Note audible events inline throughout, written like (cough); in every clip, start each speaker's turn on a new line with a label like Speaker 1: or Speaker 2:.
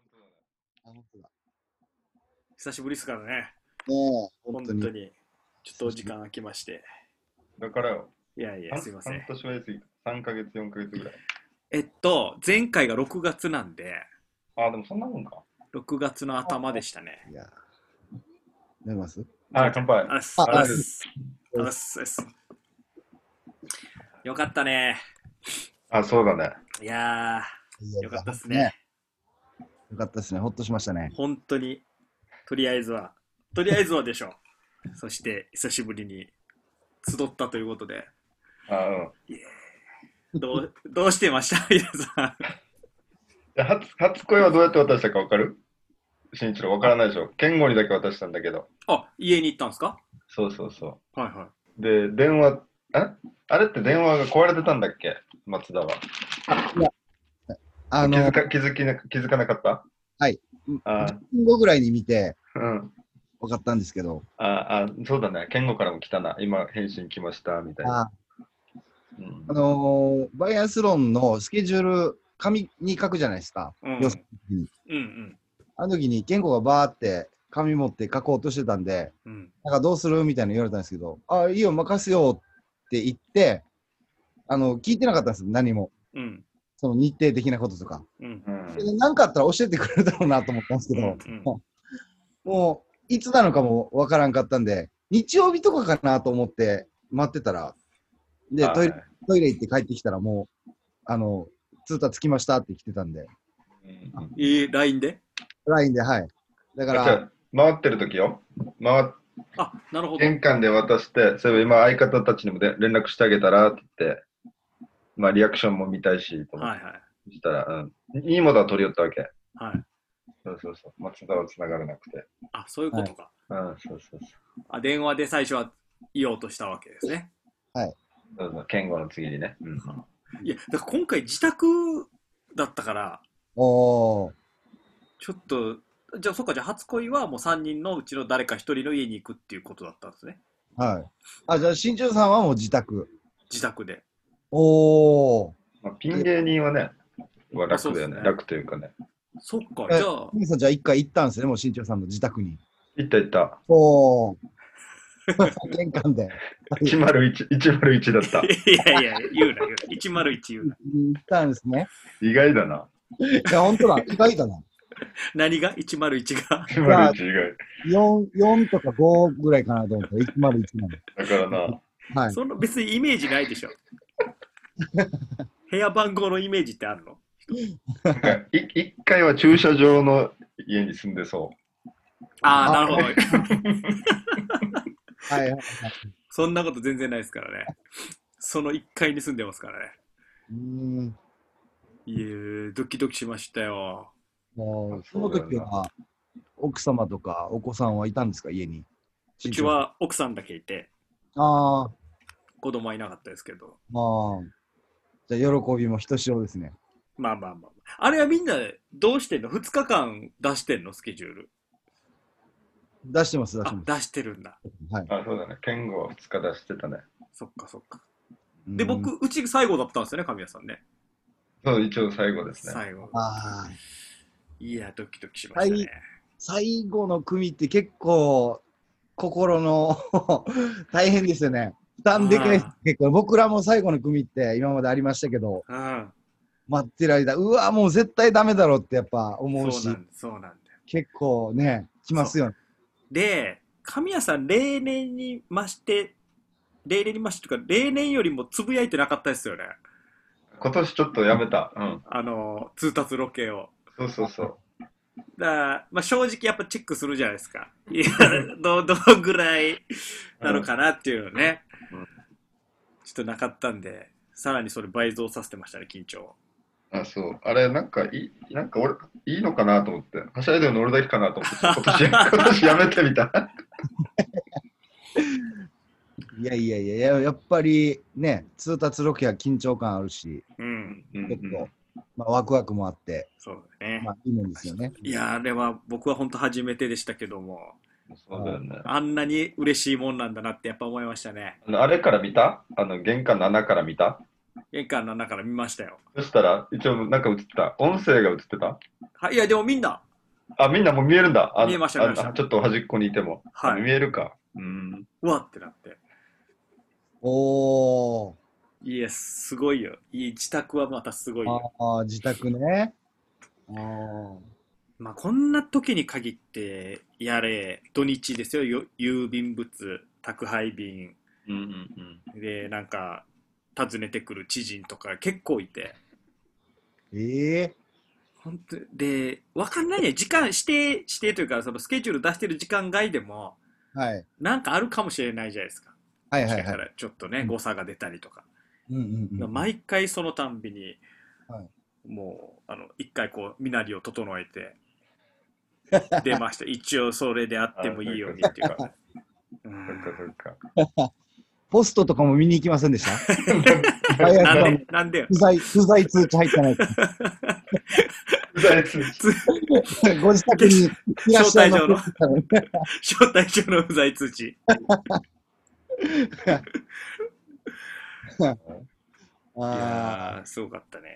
Speaker 1: あ、本当だ。
Speaker 2: 久しぶりですからね。
Speaker 1: もう、
Speaker 2: 本
Speaker 1: 本
Speaker 2: 当
Speaker 1: 当
Speaker 2: に。
Speaker 1: に。
Speaker 2: ちょっとお時間空きまして。
Speaker 3: だからよ。
Speaker 2: いやいや、すいません
Speaker 3: 半。年はやすい。3ヶ月、4ヶ月ぐらい。
Speaker 2: えっと、前回が6月なんで、
Speaker 3: ああ、でもそんなもんか。
Speaker 2: 6月の頭でしたね。
Speaker 1: いや。飲みます
Speaker 3: あ、乾杯。
Speaker 2: あっす、
Speaker 1: あ
Speaker 2: あっす、あっす、あっす。よかったね。
Speaker 3: あ、そうだね。
Speaker 2: いやー、よかったっすね。。
Speaker 1: よかったですね。ほっとしましたね。
Speaker 2: 本当に、とりあえずは、とりあえずはでしょ。そして、久しぶりに集ったということで、
Speaker 3: あうん。
Speaker 2: ど (laughs) うどうしてました皆さ
Speaker 3: で初初恋はどうやって渡したか分かる新一郎分からないでしょ健吾にだけ渡したんだけど
Speaker 2: ん。あ、家に行ったんですか
Speaker 3: そうそうそ
Speaker 2: はいは
Speaker 3: うで電話んあれって電話が壊れてたんだっけ松田は
Speaker 1: あ
Speaker 3: 気
Speaker 1: の
Speaker 3: づ、か気づきな気づかなかったあ
Speaker 1: 10分後ぐらいに見て
Speaker 3: うん
Speaker 1: 分かったんですけど、
Speaker 3: ああそうだね健吾からも来たな今返信来ましたみたいな、
Speaker 1: あ
Speaker 3: うん
Speaker 1: あのーバイアスロンのスケジュール、紙に書くじゃないですか。
Speaker 2: い。うん。
Speaker 1: よし
Speaker 2: うんうん。
Speaker 1: あの時に、健吾がバーって紙持って書こうとしてたんで、
Speaker 2: うん、
Speaker 1: なんかどうするみたいな言われたんですけど、あ、いいよ、任せようって言って、あの、聞いてなかったんですよ、何も。
Speaker 2: うん、
Speaker 1: その日程的なこととか。
Speaker 2: うん、
Speaker 3: う
Speaker 1: で
Speaker 3: ん、
Speaker 1: なんかあったら教えてくれるだろうなと思ったんですけど、
Speaker 2: うん
Speaker 1: もう、いつなのかもわからんかったんで、日曜日とかかなと思って待ってたら、で、
Speaker 3: あ
Speaker 1: トイレトイレ行って帰ってきたらもう、あの、通達つきましたって来てたんで、
Speaker 3: うん
Speaker 2: いい LINE で
Speaker 1: LINE で、はい。だか
Speaker 3: あじゃ
Speaker 1: ら、
Speaker 3: あ回ってる時よ回っ
Speaker 2: あ、なるほど。
Speaker 3: 玄関で渡してそういえば今相方たちにもで連絡してあげたらって言ってまあリアクションも見たいしと思って
Speaker 2: はいはい。
Speaker 3: したら、うん、いいものは取り寄ったわけ。
Speaker 2: はい。
Speaker 3: そうそうそう。松田は繋がらなくて。
Speaker 2: あ、そういうことか。
Speaker 3: うん、そうそうそう。
Speaker 2: あ、電話で最初は言おうとしたわけですね。
Speaker 3: そうそう、健吾の次にね。うん。
Speaker 2: いや、だから今回自宅だったから、
Speaker 1: おー、
Speaker 2: ちょっと、じゃあそっか、じゃあ初恋はもう3人のうちの誰か1人の家に行くっていうことだったんですね。
Speaker 1: はい。あ、じゃあ、新庄さんはもう自宅。
Speaker 2: 自宅で。
Speaker 1: おー。
Speaker 3: まあ、ピン芸人はね、は
Speaker 2: あそう
Speaker 3: 楽
Speaker 2: っす
Speaker 3: だよ
Speaker 2: ね
Speaker 3: ね。楽というかね。
Speaker 2: そっか、
Speaker 1: え
Speaker 2: じゃあ、
Speaker 1: ミさん、じゃあ一回行ったんですね、もう新庄さんの自宅に。
Speaker 3: いったいった。
Speaker 1: おー。玄関で。
Speaker 3: 101、101だった。
Speaker 2: いやいや、言うな、言うな。101言うな。
Speaker 1: 行ったんですね。
Speaker 3: 意外だな。
Speaker 1: いや、ほんとだ、意外だな。
Speaker 2: 何が ?101 が。
Speaker 3: 101以外。
Speaker 1: 4, 四とか5ぐらいかなと思ったら、101な
Speaker 3: だから
Speaker 2: (laughs)
Speaker 3: な、
Speaker 1: の。はい。
Speaker 2: その別にイメージないでしょ。部屋番号のイメージってあるの
Speaker 3: なんかい一回は駐車場の家に住んでそ。。
Speaker 2: ああ、
Speaker 1: あ
Speaker 2: なるほど。
Speaker 1: はいはいはい。
Speaker 2: そんなこと全然ないですからね。その1階に住んでますからね。
Speaker 1: うーん。
Speaker 2: いやードキドキしましたよ。
Speaker 1: もう、その時は、奥様とかお子さんはいたんですか、家に。
Speaker 2: うち。は奥さんだけいて、
Speaker 1: ああ、
Speaker 2: 子供はいなかったですけど。
Speaker 1: まあ。じゃあ、喜びもひとしおですね。
Speaker 2: まあまあまあ。あれはみんなどうしてんの ?2 日間出してんのスケジュール。
Speaker 1: 出してます、出して
Speaker 2: あ
Speaker 1: ま、
Speaker 2: 出してるんだ。
Speaker 1: す。はいう
Speaker 3: あ、そうだね。健吾は2日出してたね。
Speaker 2: そっかそっか。で、
Speaker 1: うん。
Speaker 2: 僕、うち最後だったんですよね、神谷さんね。
Speaker 3: そう、一応最後ですね。
Speaker 2: 最後。
Speaker 1: ああ、
Speaker 2: いや、ドキドキしましたね。
Speaker 1: 最後の組って結構、心の (laughs) 大変ですよね。負担でかいです
Speaker 2: あ、
Speaker 1: 結構。僕らも最後の組って今までありましたけど、
Speaker 2: うん。
Speaker 1: 待ってる間、うわ、もう絶対ダメだろってやっぱ思う
Speaker 2: そう
Speaker 1: し
Speaker 2: な、んそうなんだよ。
Speaker 1: 結構ね、きますよね。
Speaker 2: で、神谷さん、例年に増して、例年に増してというか、例年よりもつぶやいてなかったですよね。
Speaker 3: 今年ちょっとやめた。うん。
Speaker 2: あの、通達ロケを。
Speaker 3: そうそうそう。
Speaker 2: だからまあ、正直やっぱチェックするじゃないですか。いや、ど、どのぐらいなのかなっていうのね
Speaker 3: うん。
Speaker 2: ちょっとなかったんで、さらにそれ倍増させてましたね、緊張を。
Speaker 3: あ、そう。あれ、なんかいい、なんか俺、いいのかなと思って。はしゃいで乗るだけかな
Speaker 2: (laughs)
Speaker 3: と思って、今年、今年やめてみたいな。
Speaker 1: いやいやいやいや、やっぱりね、通達ロケは緊張感あるし、
Speaker 2: うん、
Speaker 3: うん
Speaker 1: 結構、まあ、ワクワクもあって、
Speaker 2: そうだね。
Speaker 1: まあ、いいもんですよね。
Speaker 2: いや、あれは僕は本当初めてでしたけども、
Speaker 3: うんそうだよね。
Speaker 2: あんなに嬉しいもんなんだなってやっぱ思いましたね。
Speaker 3: あのあれから見たあの、玄関の穴から見た
Speaker 2: 玄関の中から見ましたよ。
Speaker 3: そしたら、一応なんか映ってた。音声が映ってた
Speaker 2: はい、いや、でもみんな、
Speaker 3: あ、みんなもう見えるんだ。あ
Speaker 2: 見えました見えました
Speaker 3: あちょっと端っこにいても。
Speaker 2: は
Speaker 3: 見
Speaker 2: い。
Speaker 3: えるか。うん。
Speaker 2: うわってなって。
Speaker 1: おー。
Speaker 2: いや、すごいよ。いい自宅はまたすごいよ。
Speaker 1: ああ、自宅ね。あー
Speaker 2: まあ、こんな時に限って、やれ、土日ですよ。よ郵便物、宅配便
Speaker 3: うんうんうん。
Speaker 2: で、なんか、訪ねてくる知人とか結構いて。
Speaker 1: ええ
Speaker 2: 本当で、わかんないね。時間、指定、指定というか、そのスケジュール出してる時間外でも、
Speaker 1: はい。
Speaker 2: なんかあるかもしれないじゃないですか。
Speaker 1: はい
Speaker 2: だ
Speaker 1: はい
Speaker 2: か
Speaker 1: はい。
Speaker 2: らちょっとね、誤差が出たりとか。
Speaker 1: うんうんうん、
Speaker 2: 毎回そのたんびに、
Speaker 1: はい
Speaker 2: もうあの一回こう身なりを整え (laughs) て出ました一応それであってもいいようにっていうか、う
Speaker 3: そっかそ
Speaker 2: ん
Speaker 3: っか。 (laughs)
Speaker 1: ポストとかも見に行きませんでした
Speaker 2: (laughs)
Speaker 1: はいはい
Speaker 2: なんでなんでよ
Speaker 1: 不在、不在通知入ってない。
Speaker 3: うざいやつ
Speaker 1: ご自宅にいらっしゃいませ
Speaker 2: 招待招待状の不在通知い
Speaker 1: あ
Speaker 2: やーすごかったね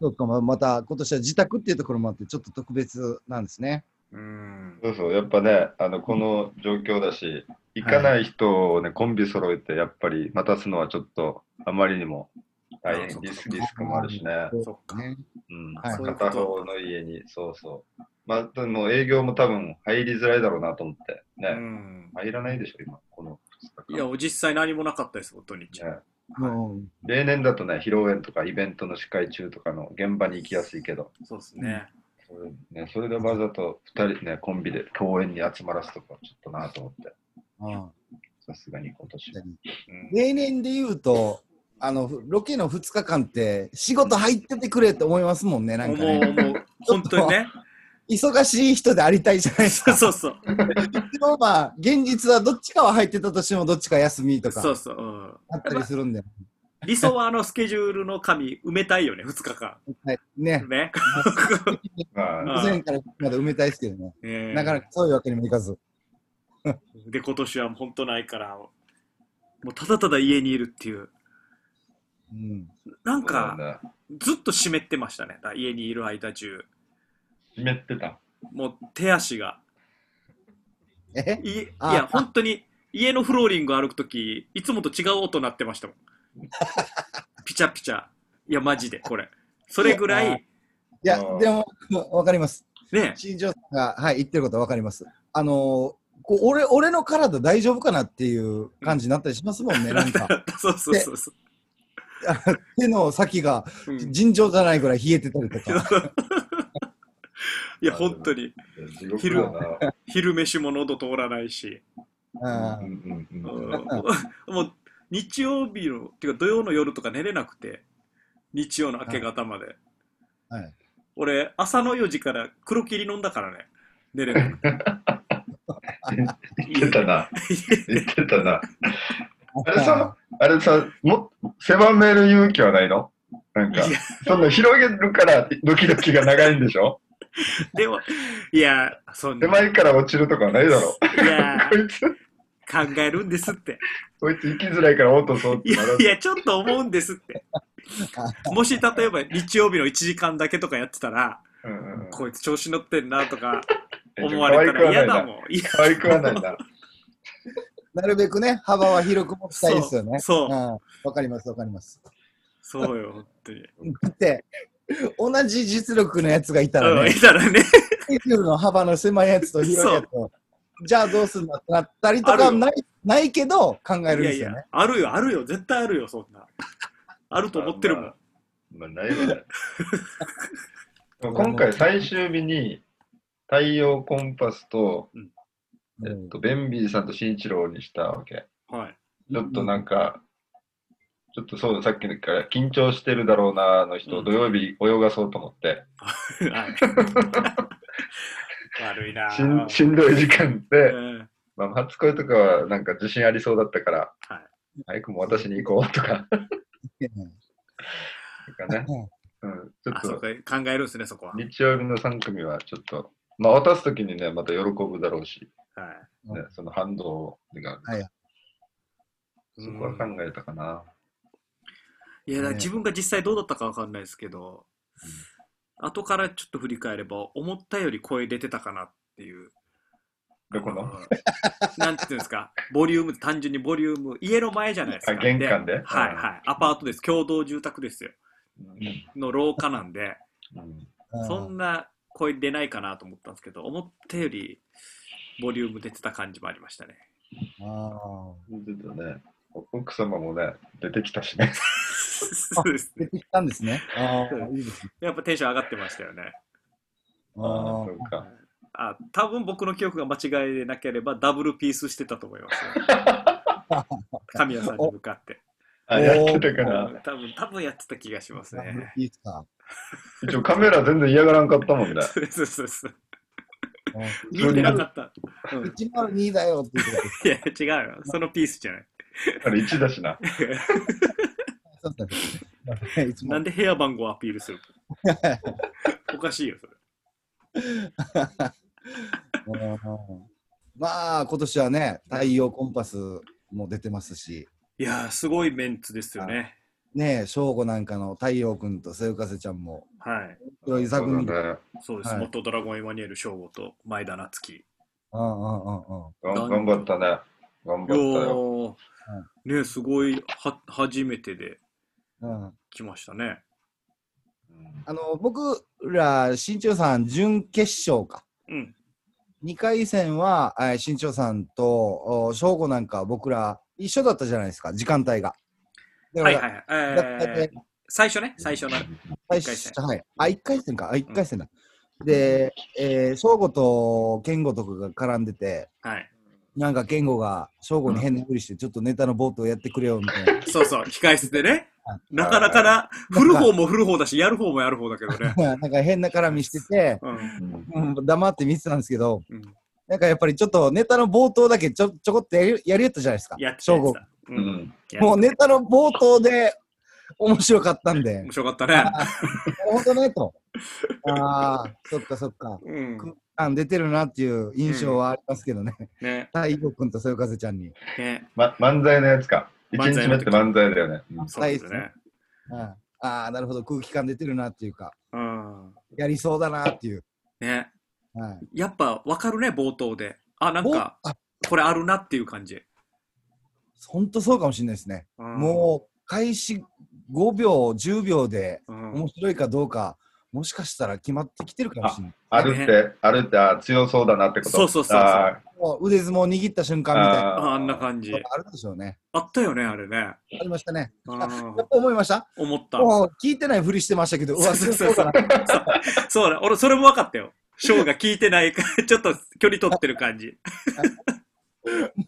Speaker 1: ーそうか、ままた今年は自宅っていうところもあって、ちょっと特別なんですね。
Speaker 2: うん
Speaker 3: そうそう、やっぱね、あのこの状況だし、行かない人をね、コンビ揃えて、やっぱり待たすのはちょっと、あまりにも大
Speaker 2: あそっかそ
Speaker 3: 変リ
Speaker 2: っ
Speaker 3: ス
Speaker 2: か
Speaker 3: リスクもあるしね。
Speaker 2: そっか
Speaker 1: ね
Speaker 3: うん、
Speaker 2: はいそういうこと
Speaker 3: 片方の家に、そうそう。まあ、でも営業も多分入りづらいだろうなと思って、ね、
Speaker 2: うん
Speaker 3: 入らないでしょ、今、この2
Speaker 2: い
Speaker 3: 日
Speaker 2: や実際何もなかったです本日、
Speaker 3: 間。ね
Speaker 1: うん
Speaker 3: 例年だとね、披露宴とかイベントの司会中とかの現場に行きやすいけど、
Speaker 2: そうですね、
Speaker 3: それ,、ね、それでわざと2人ね、コンビで公園に集まらすとか、ちょっとなと思って、
Speaker 1: うん
Speaker 3: さすがに今年は。
Speaker 2: うん
Speaker 1: 例年で言うと、あのふロケの2日間って、仕事入っててくれって思いますもんね、なんか
Speaker 2: 思う
Speaker 1: ね。
Speaker 2: 思う本当にね
Speaker 1: 忙しい人でありたいじゃないです
Speaker 2: (laughs) そう
Speaker 1: か。
Speaker 2: そうそう
Speaker 1: 一応まあ、現実はどっちかは入ってたとしても、どっちか休みと
Speaker 2: そう
Speaker 1: か
Speaker 2: そう、うん
Speaker 1: あったりするんで、
Speaker 2: 理想はあのスケジュールの紙埋めたいよね、2日間。
Speaker 1: はい、ね、
Speaker 2: ね。
Speaker 3: ま
Speaker 1: 午
Speaker 3: あ、
Speaker 1: 前からまで埋めたいですけどね、なかな
Speaker 2: か。
Speaker 1: かそういうわけにもいかず。
Speaker 2: で、今年は本当ないから、もうただただ家にいるっていう。
Speaker 1: うん、
Speaker 2: なん
Speaker 3: そう
Speaker 2: か、
Speaker 3: だね
Speaker 2: ずっと湿ってましたね。だから家にいる間中。
Speaker 3: 湿ってた。
Speaker 2: もう手足が。
Speaker 1: え
Speaker 2: いい
Speaker 1: あ
Speaker 2: や、本当に家のフローリング歩くとき、いつもと違う音鳴ってましたもん。ピチャピチャ。いや、マジで、これ。それぐらい、
Speaker 1: いや
Speaker 3: あー、
Speaker 1: でも、わかります。
Speaker 2: ね。
Speaker 1: 新庄さんが、はい、言ってることはわかります。あのーこう俺、俺の体大丈夫かなっていう感じになったりしますもんね、なんか。
Speaker 2: そうそうそうそ
Speaker 1: 手の先が
Speaker 2: う。うん
Speaker 1: 尋常じゃないぐらい冷えてたりと
Speaker 2: (laughs)
Speaker 1: か。
Speaker 2: いや、本当に。
Speaker 3: 地獄だな。
Speaker 2: 昼飯も喉通らないし、
Speaker 1: うん
Speaker 3: うんうんうん
Speaker 2: うん (laughs) もう日曜日のっていうか土曜の夜とか寝れなくて日曜の明け方まで、
Speaker 1: はい、
Speaker 2: 俺朝の4時から黒霧飲んだからね寝れなくて
Speaker 3: 言って
Speaker 2: (laughs)
Speaker 3: たな。言ってたな。あれ
Speaker 1: あ
Speaker 3: さ、あれさ、も狭める勇気はないのなんか
Speaker 2: いや、
Speaker 3: その広げるからドキドキが長いんでしょ
Speaker 2: でもいやそんな
Speaker 3: 狭いから落ちるとかはな
Speaker 2: (laughs)
Speaker 3: いだろ。
Speaker 2: いや
Speaker 3: こいつ、
Speaker 2: 考えるんですって
Speaker 3: こいつ行きづらいから落とそうっ
Speaker 2: い
Speaker 3: てな
Speaker 2: や
Speaker 3: る
Speaker 2: い。やちょっと思うんですってもし例えば日曜日の1時間だけとかやってたら
Speaker 3: うんうんうん
Speaker 2: こいつ調子乗ってんなとか思
Speaker 3: 可
Speaker 2: われ
Speaker 3: 愛
Speaker 2: た
Speaker 3: くは
Speaker 2: ら
Speaker 3: な
Speaker 2: 嫌
Speaker 3: い
Speaker 2: だ
Speaker 3: な。
Speaker 2: もんいや
Speaker 3: 可愛くはないな。
Speaker 1: なるべくね、幅は広く持ちたいですよね。
Speaker 2: そううん
Speaker 1: わ、かります、わかります。
Speaker 2: そうよ本当に
Speaker 1: だって、同じ実力のやつがいたら
Speaker 2: うん
Speaker 1: ね
Speaker 2: い、たらね
Speaker 1: スケジュールの幅の狭いやつと広いやつと、じゃあどうするんだってなったりとかはないないけど、考えるん
Speaker 2: いや
Speaker 1: で
Speaker 2: い
Speaker 1: すよ
Speaker 2: や
Speaker 1: ね。、
Speaker 2: あるよ、あるよ、絶対あるよ、そんな。 (laughs) (laughs) あると思ってるもん。
Speaker 3: まあまあ、ないわ
Speaker 2: (laughs)
Speaker 3: ね。でも今回最終日に、太陽コンパスと、えっと、ベンビーさんと新一郎にしたわけ。
Speaker 2: はい。
Speaker 3: ちょっと
Speaker 1: な
Speaker 3: なんか、ちょっとそうだ、さっきから緊張してるだろうな、あの人、
Speaker 2: うん
Speaker 3: 土曜日泳がそうと思って、
Speaker 2: (laughs) はい悪いな
Speaker 3: し
Speaker 2: ぁ
Speaker 3: んしんどい時間で、
Speaker 2: うん
Speaker 3: まあ、初恋とかはなんか自信ありそうだったから、
Speaker 2: はい
Speaker 3: 早くも私に行こうとか、
Speaker 2: (laughs)
Speaker 3: とかね、うん、ちょ
Speaker 2: あ、そう
Speaker 3: っと
Speaker 2: か、考えるんですね、そこは。はい。
Speaker 3: 日曜日の3組はちょっと、まあ、渡すときにね、また喜ぶだろうし、ね、その反動が、
Speaker 1: はい
Speaker 3: そこは考えたかな。
Speaker 2: いや、だから
Speaker 1: ね
Speaker 2: 自分が実際どうだったかわかんないですけど、後からちょっと振り返れば、思ったより声出てたかなっていう。
Speaker 3: どこの
Speaker 2: あなんていうんですか、ボリューム、単純にボリューム、家の前じゃないですか。
Speaker 3: あ玄関で
Speaker 2: はいはい。アパートです。共同住宅ですよ。の廊下なんで、
Speaker 3: うん
Speaker 2: そんな声出ないかなと思ったんですけど、思ったよりボリューム出てた感じもありましたね。
Speaker 1: あー
Speaker 3: ちょっとね、奥様もね、出てきたしね。
Speaker 2: そうですね
Speaker 1: 出てきたんですね。ああ、いいですね。
Speaker 2: やっぱテンション上がってましたよね。
Speaker 1: あ
Speaker 3: ああ、
Speaker 1: ー
Speaker 3: そうか。
Speaker 2: あ、多分僕の記憶が間違いでなければダブルピースしてたと思いますよ。 (laughs) 神谷さんに向かって。
Speaker 3: あ、やってたから。
Speaker 2: 多分、多分やってた気がします
Speaker 1: ダブル
Speaker 2: ね。
Speaker 1: ピースか。
Speaker 3: 一応カメラ全然嫌がらんかったもんね。
Speaker 2: そうそうそうそう。
Speaker 1: あー
Speaker 2: 見てなかった。うん
Speaker 1: 102だよって言ってた
Speaker 2: いや、違うよ。そのピースじゃない。
Speaker 3: あれ1だしな。
Speaker 1: そうだったね。いつも
Speaker 2: なんで部屋番号をアピールする (laughs) のおかしいよ、それ。
Speaker 1: うんまあ、今年はね、太陽コンパスも出てますし、
Speaker 2: いやー、すごいメンツですよね。
Speaker 1: ねえ、翔吾なんかの太陽君とせゆかせちゃんも、
Speaker 2: はい。
Speaker 1: 黒い座組で。
Speaker 3: そうだね
Speaker 2: そうです。
Speaker 1: はい
Speaker 2: 元ドラゴンエマニュエル翔吾と前田夏樹。
Speaker 1: うんうんうんうん。
Speaker 3: がん頑張ったね。頑張っ
Speaker 2: い
Speaker 3: た
Speaker 2: や
Speaker 3: よ。
Speaker 2: ー、ね、すごいは、初めてで
Speaker 1: うん
Speaker 2: 来ましたね。
Speaker 3: うん
Speaker 1: あの僕ら、新潮さん、準決勝か。
Speaker 2: うん。
Speaker 1: 2回戦は、えー新潮さんとお正吾なんか、僕ら一緒だったじゃないですか、時間帯が。だか
Speaker 2: はい
Speaker 1: ら、
Speaker 2: はい。え
Speaker 1: だだい
Speaker 2: ー、最初ね、最初の。
Speaker 1: 最
Speaker 2: 一回戦
Speaker 1: 初はい、あ、1回戦か、あ、1回戦だ。で、えー、正吾と健吾とかが絡んでて、
Speaker 2: はい。
Speaker 1: なんか健吾が正吾に変なふりして、ちょっとネタのボートをやってくれよみたいな。
Speaker 2: そうそう、控え室でね。なかなかな、振る方も振る方だし、やる方もやる方だけ
Speaker 1: (laughs)
Speaker 2: どね。
Speaker 1: なんか変な絡みしてて、
Speaker 2: うん。
Speaker 3: うん
Speaker 1: うん、黙って見てたんですけど、
Speaker 2: うん、
Speaker 1: なんかやっぱりちょっとネタの冒頭だけちょちょこっとやりやりやったじゃないですか。
Speaker 2: やってた
Speaker 1: 正
Speaker 2: やつ
Speaker 1: 吾
Speaker 2: だ。う。
Speaker 3: うんん
Speaker 2: や
Speaker 1: もうネタの冒頭で面白かったんで
Speaker 2: (laughs) 面、白かったね。
Speaker 1: 本当ねと。ああ、そっかそっか。
Speaker 2: うん。
Speaker 1: あ出てるなっていう印象はありますけどね。
Speaker 2: ね。
Speaker 1: 太陽君とそよ風ちゃんに。
Speaker 2: ね。
Speaker 3: ま漫才のやつか。一
Speaker 2: 漫才
Speaker 3: 日目
Speaker 2: の
Speaker 3: っ
Speaker 2: 時
Speaker 3: て漫才だよね。うん
Speaker 2: そうですね。
Speaker 1: ああー、なるほど。空気感出てるなっていうか、
Speaker 2: うん。
Speaker 1: やりそうだなっていう。
Speaker 2: ね。
Speaker 1: はい、
Speaker 2: やっぱ分かるね、冒頭で。あ、なん
Speaker 1: ぼ
Speaker 2: か、
Speaker 1: あ
Speaker 2: これあるなっていう感じ。
Speaker 1: 本当そうかもしれないですね。
Speaker 2: うん
Speaker 1: もう開始5秒、10秒で
Speaker 2: うん、
Speaker 1: 面白いかどうか、もしかしたら決まってきてるかもしれない。
Speaker 3: あるって、あるって、あ強そうだなってこと。
Speaker 2: そうそうそうそう
Speaker 3: あ
Speaker 1: もう腕相撲握った瞬
Speaker 3: ー
Speaker 1: 間みたいな
Speaker 2: あ
Speaker 3: あ
Speaker 2: あんな
Speaker 3: じ。
Speaker 2: 感じ。
Speaker 1: のがあるでしょうね。
Speaker 2: あったよね、あれね。
Speaker 1: ありましたね。
Speaker 2: う
Speaker 1: あ
Speaker 2: ん
Speaker 1: やっぱ思いました (laughs)
Speaker 2: 思った。
Speaker 1: もう聞いてないふりしてましたけど、う
Speaker 2: (laughs)
Speaker 1: わ、
Speaker 2: そ
Speaker 1: そ
Speaker 2: うそう
Speaker 1: う
Speaker 2: そ
Speaker 1: か
Speaker 2: う
Speaker 1: な。
Speaker 2: そうだ、俺、それも分かったよ。ショーが聞いてない (laughs) か、ちょっと距離取ってる感じ。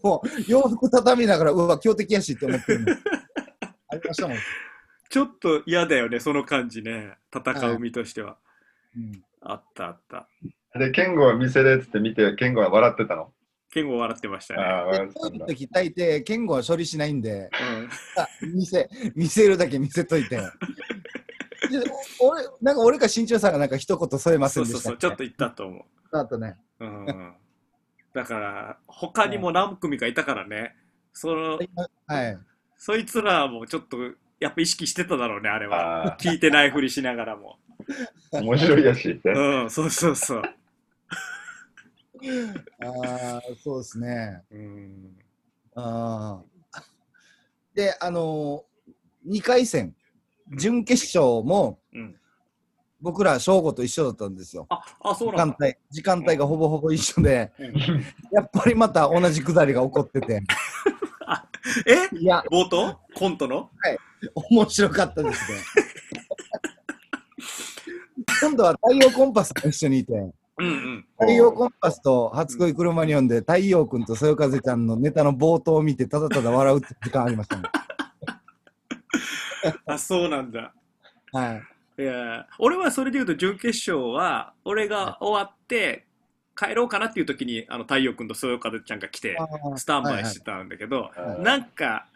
Speaker 1: もう洋服畳みながら、うわ、強敵やしって思ってるのありましたもん。
Speaker 2: ちょっと嫌だよね、その感じね。戦う身としては。
Speaker 1: うん
Speaker 2: あったあった。
Speaker 3: で、ケンゴは見せれっつって見て、ケンゴは笑ってたの。
Speaker 2: 健吾笑ってました
Speaker 3: あ
Speaker 2: ね。
Speaker 1: で
Speaker 3: あ、笑って
Speaker 1: こ
Speaker 3: た
Speaker 1: うい
Speaker 3: ん
Speaker 1: う
Speaker 3: だ。
Speaker 1: 時大抵、健吾は処理しないんで、
Speaker 2: うん
Speaker 1: あ見せ、見せるだけ見せといて。でお俺、なんか俺か新潮さんがなんか一言添えませ
Speaker 2: そ
Speaker 1: ん
Speaker 2: う
Speaker 1: で
Speaker 2: そう
Speaker 1: したっ
Speaker 2: そう、
Speaker 1: け。
Speaker 2: ちょっと言ったと思
Speaker 1: あとね。
Speaker 2: う。うんうん、だから、他にも何組かいたからね。その、
Speaker 1: はい。
Speaker 2: そいつらもちょっと、やっぱ意識してただろうね、あれは。
Speaker 3: あ
Speaker 2: 聞いてないふりしながらも。
Speaker 3: あ、面白いやし
Speaker 2: (laughs)
Speaker 3: って。
Speaker 2: うん、そうそうそう。
Speaker 1: ああ、そうですね。
Speaker 2: うん、
Speaker 1: あーで、あのー、2回戦、準決勝も、
Speaker 2: うん
Speaker 1: 僕ら、正吾と一緒だったんですよ。
Speaker 2: あ、あ、そう
Speaker 1: 時
Speaker 2: なん
Speaker 1: 間
Speaker 2: だ。
Speaker 1: 帯、時間帯がほぼほぼ一緒で、
Speaker 2: うん
Speaker 1: やっぱりまた同じくだりが起こってて、
Speaker 2: え
Speaker 1: いや、
Speaker 2: 冒頭コントの
Speaker 1: 面白かったですね。今度は太陽コンパスと一緒にいて、
Speaker 2: うんうん。
Speaker 1: 太陽コンパスと初恋車に呼んで、太陽君とそよ風ちゃんのネタの冒頭を見て、ただただ笑うって時間ありましたね。
Speaker 2: あ、そうなんだ。
Speaker 1: はい。
Speaker 2: いや、俺はそれで言うと、準決勝は、俺が終わって、帰ろうかなっていう時に、あの、太陽君とそよ風ちゃんが来て、スタンバイしてたんだけど、
Speaker 3: うん
Speaker 2: なんか、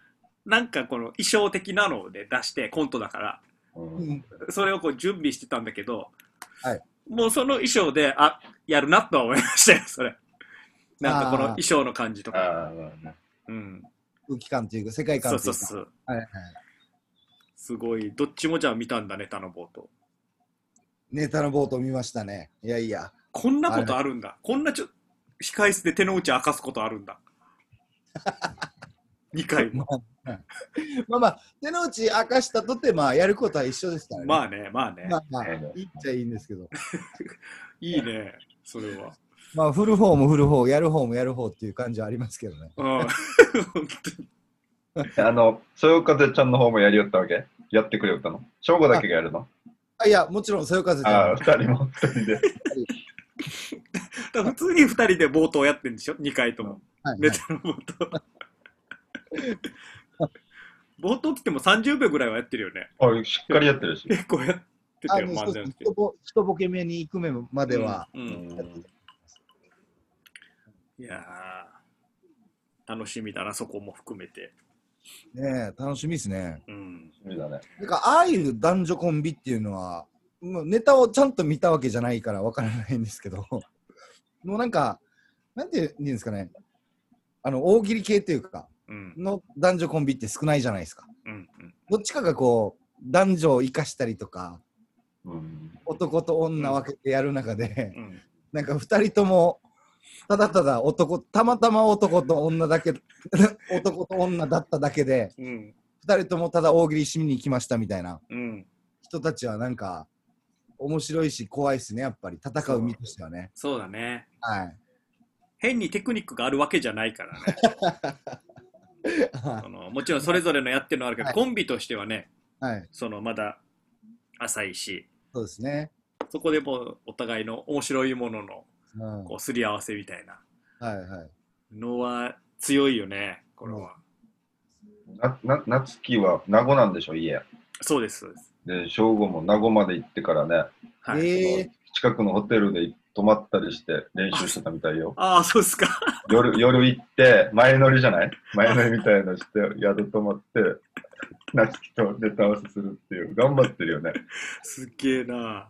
Speaker 2: なんかこの衣装的なので出して、コントだから、
Speaker 3: うん
Speaker 1: うん
Speaker 2: それをこう準備してたんだけど、
Speaker 1: はい
Speaker 2: もうその衣装で、あ、やるなとは思いましたよ、それ。なんかこの
Speaker 1: あー
Speaker 2: 衣装の感じと
Speaker 3: あ
Speaker 2: か。
Speaker 3: あ、まあね
Speaker 2: うん。
Speaker 1: 空気感というか、世界
Speaker 2: そ
Speaker 1: 観
Speaker 2: う
Speaker 1: とい
Speaker 2: そうう
Speaker 1: か。
Speaker 2: そう。
Speaker 1: はいはい
Speaker 2: すごい、どっちもじゃあ見たんだね、ネタの冒頭。
Speaker 1: ネタのボート見ましたね。いやいや。
Speaker 2: こんなことあるんだ。こんなちょ控室で手の内明かすことあるん
Speaker 1: (laughs)
Speaker 2: だ。2回も。
Speaker 1: まあまあ、手の内明かしたとて、まあ、やることは一緒ですからね。
Speaker 2: まあね、まあね。
Speaker 1: まあまあ、いいっちゃいいんですけど。
Speaker 2: いいね、それは。
Speaker 1: まあ、振る方も振る方、やる方もやる方っていう感じはありますけどね。
Speaker 2: うん。 (laughs) 本
Speaker 3: あの、そよ風ちゃんの方もやりよったわけやってくれよったの翔吾だけがやるの
Speaker 1: あいや、もちろん、そよ風ち
Speaker 3: あ
Speaker 1: ゃ
Speaker 3: あ、
Speaker 1: ん。
Speaker 3: 二人も、 (laughs) 二人で。
Speaker 2: 当に普通に2人で冒頭やってんでしょ ?2 回とも。
Speaker 1: はい
Speaker 2: ネタの冒頭。冒頭って言っても30秒ぐらいはやってるよね。
Speaker 3: あしっかりやってるし。
Speaker 2: 結構やってた
Speaker 1: あ
Speaker 2: よ、
Speaker 1: の
Speaker 2: 漫才の時
Speaker 1: 一ぼ一ボケ目に行く目までは、
Speaker 2: うん
Speaker 3: う
Speaker 2: うん
Speaker 3: ん
Speaker 2: いやー楽しみだな、そこも含めて。
Speaker 1: ねえ楽しみですね。
Speaker 2: うん。
Speaker 3: そうだね。
Speaker 1: なんかああいう男女コンビっていうのは、もうネタをちゃんと見たわけじゃないからわからないんですけど、 (laughs) もうなんか、なんて言うんですかね、あの大喜利系というか、
Speaker 2: うん。
Speaker 1: の男女コンビって少ないじゃないですか。
Speaker 2: うん。
Speaker 1: どっちかがこう、男女を生かしたりとか、
Speaker 3: うん。
Speaker 1: 男と女分けてやる中で
Speaker 2: う、ん。
Speaker 1: なんか二人とも、ただただ男、たまたま男と女だけ、 (laughs) 男と女だっただけで、
Speaker 2: うん。
Speaker 1: 二人ともただ大喜利しに来ましたみたいな。
Speaker 2: うん。
Speaker 1: 人たちはなんか面白いし怖いですねやっぱり戦う身としてはね
Speaker 2: そうだね。
Speaker 1: はい
Speaker 2: 変にテクニックがあるわけじゃないからね。そのもちろんそれぞれのやってるのはあるけど、
Speaker 1: はい
Speaker 2: コンビとしてはね、
Speaker 1: はい
Speaker 2: そのまだ浅いし、
Speaker 1: そうですね、
Speaker 2: そこでもうお互いの面白いものの
Speaker 1: うん、
Speaker 2: こ
Speaker 1: は
Speaker 2: うすり合わせみたいない
Speaker 1: はい
Speaker 2: のは強いよね、これは。
Speaker 3: な、な、なつきは名護なんでしょ、家。
Speaker 2: そうです、そうです。
Speaker 3: で、正午も名護まで行ってからね、
Speaker 2: はい。
Speaker 1: えー、
Speaker 3: 近くのホテルで泊まったりして練習してたみたいよ。
Speaker 2: ああ、そうっすか。
Speaker 3: 夜、夜行って、前乗りじゃない前乗りみたいのして、宿泊まって、なつきとネタ合わせするっていう、頑張ってるよね。
Speaker 2: すっげえな。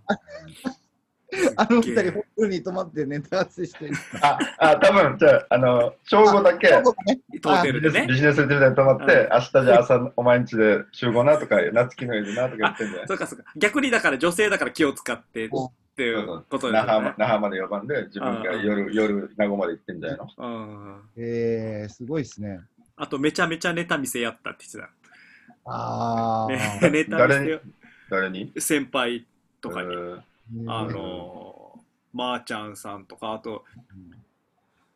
Speaker 1: あの二
Speaker 2: すっげ
Speaker 1: 人
Speaker 2: え
Speaker 1: ホテルに泊まってネタ合わせしてる
Speaker 3: あ、あ、多分じゃあ、あの、正午だけ、
Speaker 1: ね
Speaker 2: 当店
Speaker 3: ビ
Speaker 2: で
Speaker 3: ジネス
Speaker 2: ね
Speaker 3: ビ。ジネスホテルで泊まって、
Speaker 2: うん
Speaker 3: 明日じゃあ朝、お前んちで集合なとか、なつきの家でなとか言ってんじゃない
Speaker 2: そうかそうか。逆にだから女性だから気を使ってっていうことで
Speaker 3: 那
Speaker 2: すよ
Speaker 3: 覇
Speaker 2: ね
Speaker 3: ま。那覇まで呼ばんで、自分から夜、夜、名護まで行ってんじゃないの
Speaker 2: うん。
Speaker 1: えー、すごいですね
Speaker 2: あとめちゃめちゃネタ見せやったって言って
Speaker 1: あー、
Speaker 2: た。ねネタ見せよ
Speaker 3: 誰に
Speaker 2: 先輩とか
Speaker 3: え
Speaker 2: に。
Speaker 3: ー
Speaker 2: あのー、まー、ちゃんさんとか、あと、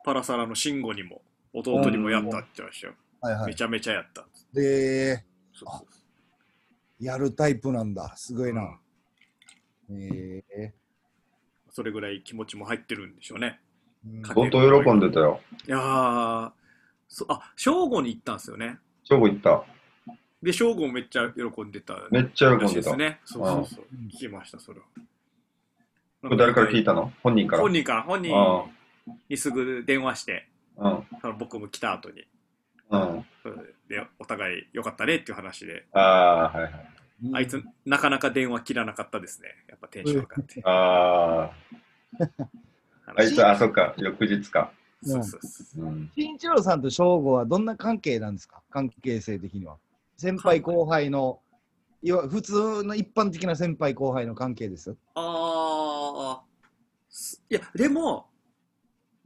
Speaker 2: パラサラの慎吾にも、弟にもやったって言ってましたよ。
Speaker 1: はいは
Speaker 2: め
Speaker 1: い
Speaker 2: ちゃめちゃやった。
Speaker 1: で
Speaker 2: そうそう
Speaker 1: やるタイプなんだすごい
Speaker 2: うん
Speaker 1: な、えー
Speaker 2: それぐらい気持ちも入ってるんでしょうね。
Speaker 1: うん
Speaker 2: か
Speaker 3: 相当喜んでたよ。
Speaker 2: いやー、そあ、正午に行ったんですよね。
Speaker 3: 正午行った。
Speaker 2: で、正午もめっちゃ喜んでた
Speaker 3: めっちゃ
Speaker 2: らし
Speaker 3: 喜
Speaker 2: いで
Speaker 3: んですた。
Speaker 2: ね。そうそうそう
Speaker 1: うん。
Speaker 2: 聞きました、それは。
Speaker 3: これ誰から聞いたの本人から。
Speaker 2: 本人から、本人
Speaker 3: あ
Speaker 2: にすぐ電話して、
Speaker 3: あ
Speaker 2: その僕も来た後に、
Speaker 3: うん。うん。
Speaker 2: それでお互い良かったねっていう話で、
Speaker 3: ああ、はいはい。
Speaker 1: うん
Speaker 2: あいつ、なかなか電話切らなかったですね。やっぱテンション上がって。
Speaker 3: あ (laughs) あ、あいつ、あ、そっか、翌日か。
Speaker 2: そうそうそう。
Speaker 3: うん。
Speaker 1: 新一郎さんと省吾はどんな関係なんですか関係性的には。先輩後輩の、いわ普通の一般的な先輩後輩の関係です。
Speaker 2: あーすいや、でも、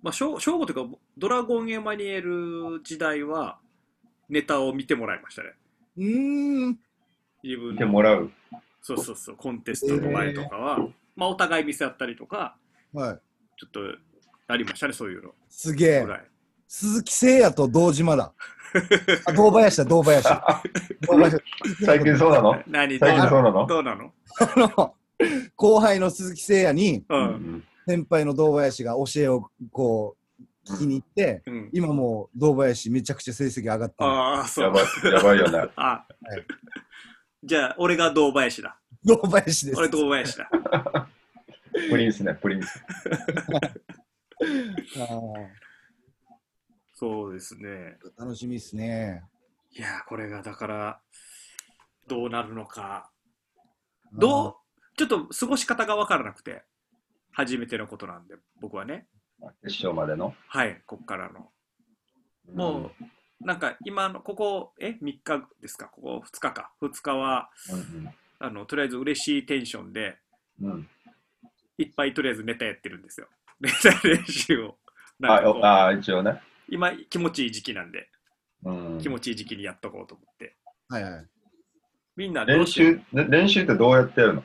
Speaker 2: まあ、しょう正午というか、ドラゴンエマニュエル時代は、ネタを見てもらいましたね。
Speaker 1: うーん。
Speaker 2: 自分
Speaker 3: 見て
Speaker 2: の、
Speaker 3: もらう。 (laughs)
Speaker 2: そうそうそう、コンテストの前とかは、まあ、お互い見せ合ったりとか、
Speaker 1: はい。
Speaker 2: ちょっと、ありましたね、そういうの
Speaker 1: すげえ
Speaker 2: ぐ。らい。
Speaker 1: 鈴木誠也と堂島
Speaker 2: (laughs)
Speaker 1: だ。あ、堂林だ、堂林。堂林
Speaker 3: 最近そうなの
Speaker 2: 何、どう
Speaker 3: 最近
Speaker 2: な
Speaker 3: そう
Speaker 2: の
Speaker 3: なの
Speaker 2: どうなの
Speaker 1: あの後輩の鈴木誠也に、
Speaker 2: う、
Speaker 3: うんん。
Speaker 1: 先輩の堂林が教えをこう、聞きに行って、
Speaker 2: うん。
Speaker 1: 今もう堂林めちゃくちゃ成績上がってる。
Speaker 2: ああ、そう。
Speaker 3: やばい、やばいよね。
Speaker 2: あ、 (laughs) じゃあ、俺が堂林だ。
Speaker 1: 堂林です
Speaker 2: 俺。堂林だ。
Speaker 3: プリンスね、プリンス。
Speaker 1: あ
Speaker 2: そうですね。
Speaker 1: ー楽しみですね。
Speaker 2: いやー、これがだから、どうなるのか。どうちょっと過ごし方が分からなくて、初めてのことなんで、僕はね。
Speaker 3: 決勝までの。
Speaker 2: はい、こっからの。もう、なんか今の、ここ、え、3日ですか、ここ2日か。2日は、
Speaker 3: うん。
Speaker 2: あの、とりあえず嬉しいテンションで、
Speaker 3: うん。うん。
Speaker 2: いっぱいとりあえずネタやってるんですよ。 (laughs) ネタ練習を。
Speaker 3: あ
Speaker 2: なんかこう
Speaker 3: あ、一応ね。
Speaker 2: 今気持ちいい時期なんで、
Speaker 3: うん、
Speaker 2: 気持ちいい時期にやっとこうと思って。
Speaker 1: はいはい。
Speaker 2: みんなど
Speaker 3: 練
Speaker 2: うしよ
Speaker 3: 習
Speaker 2: う。
Speaker 3: ね練習ってどうやってやるの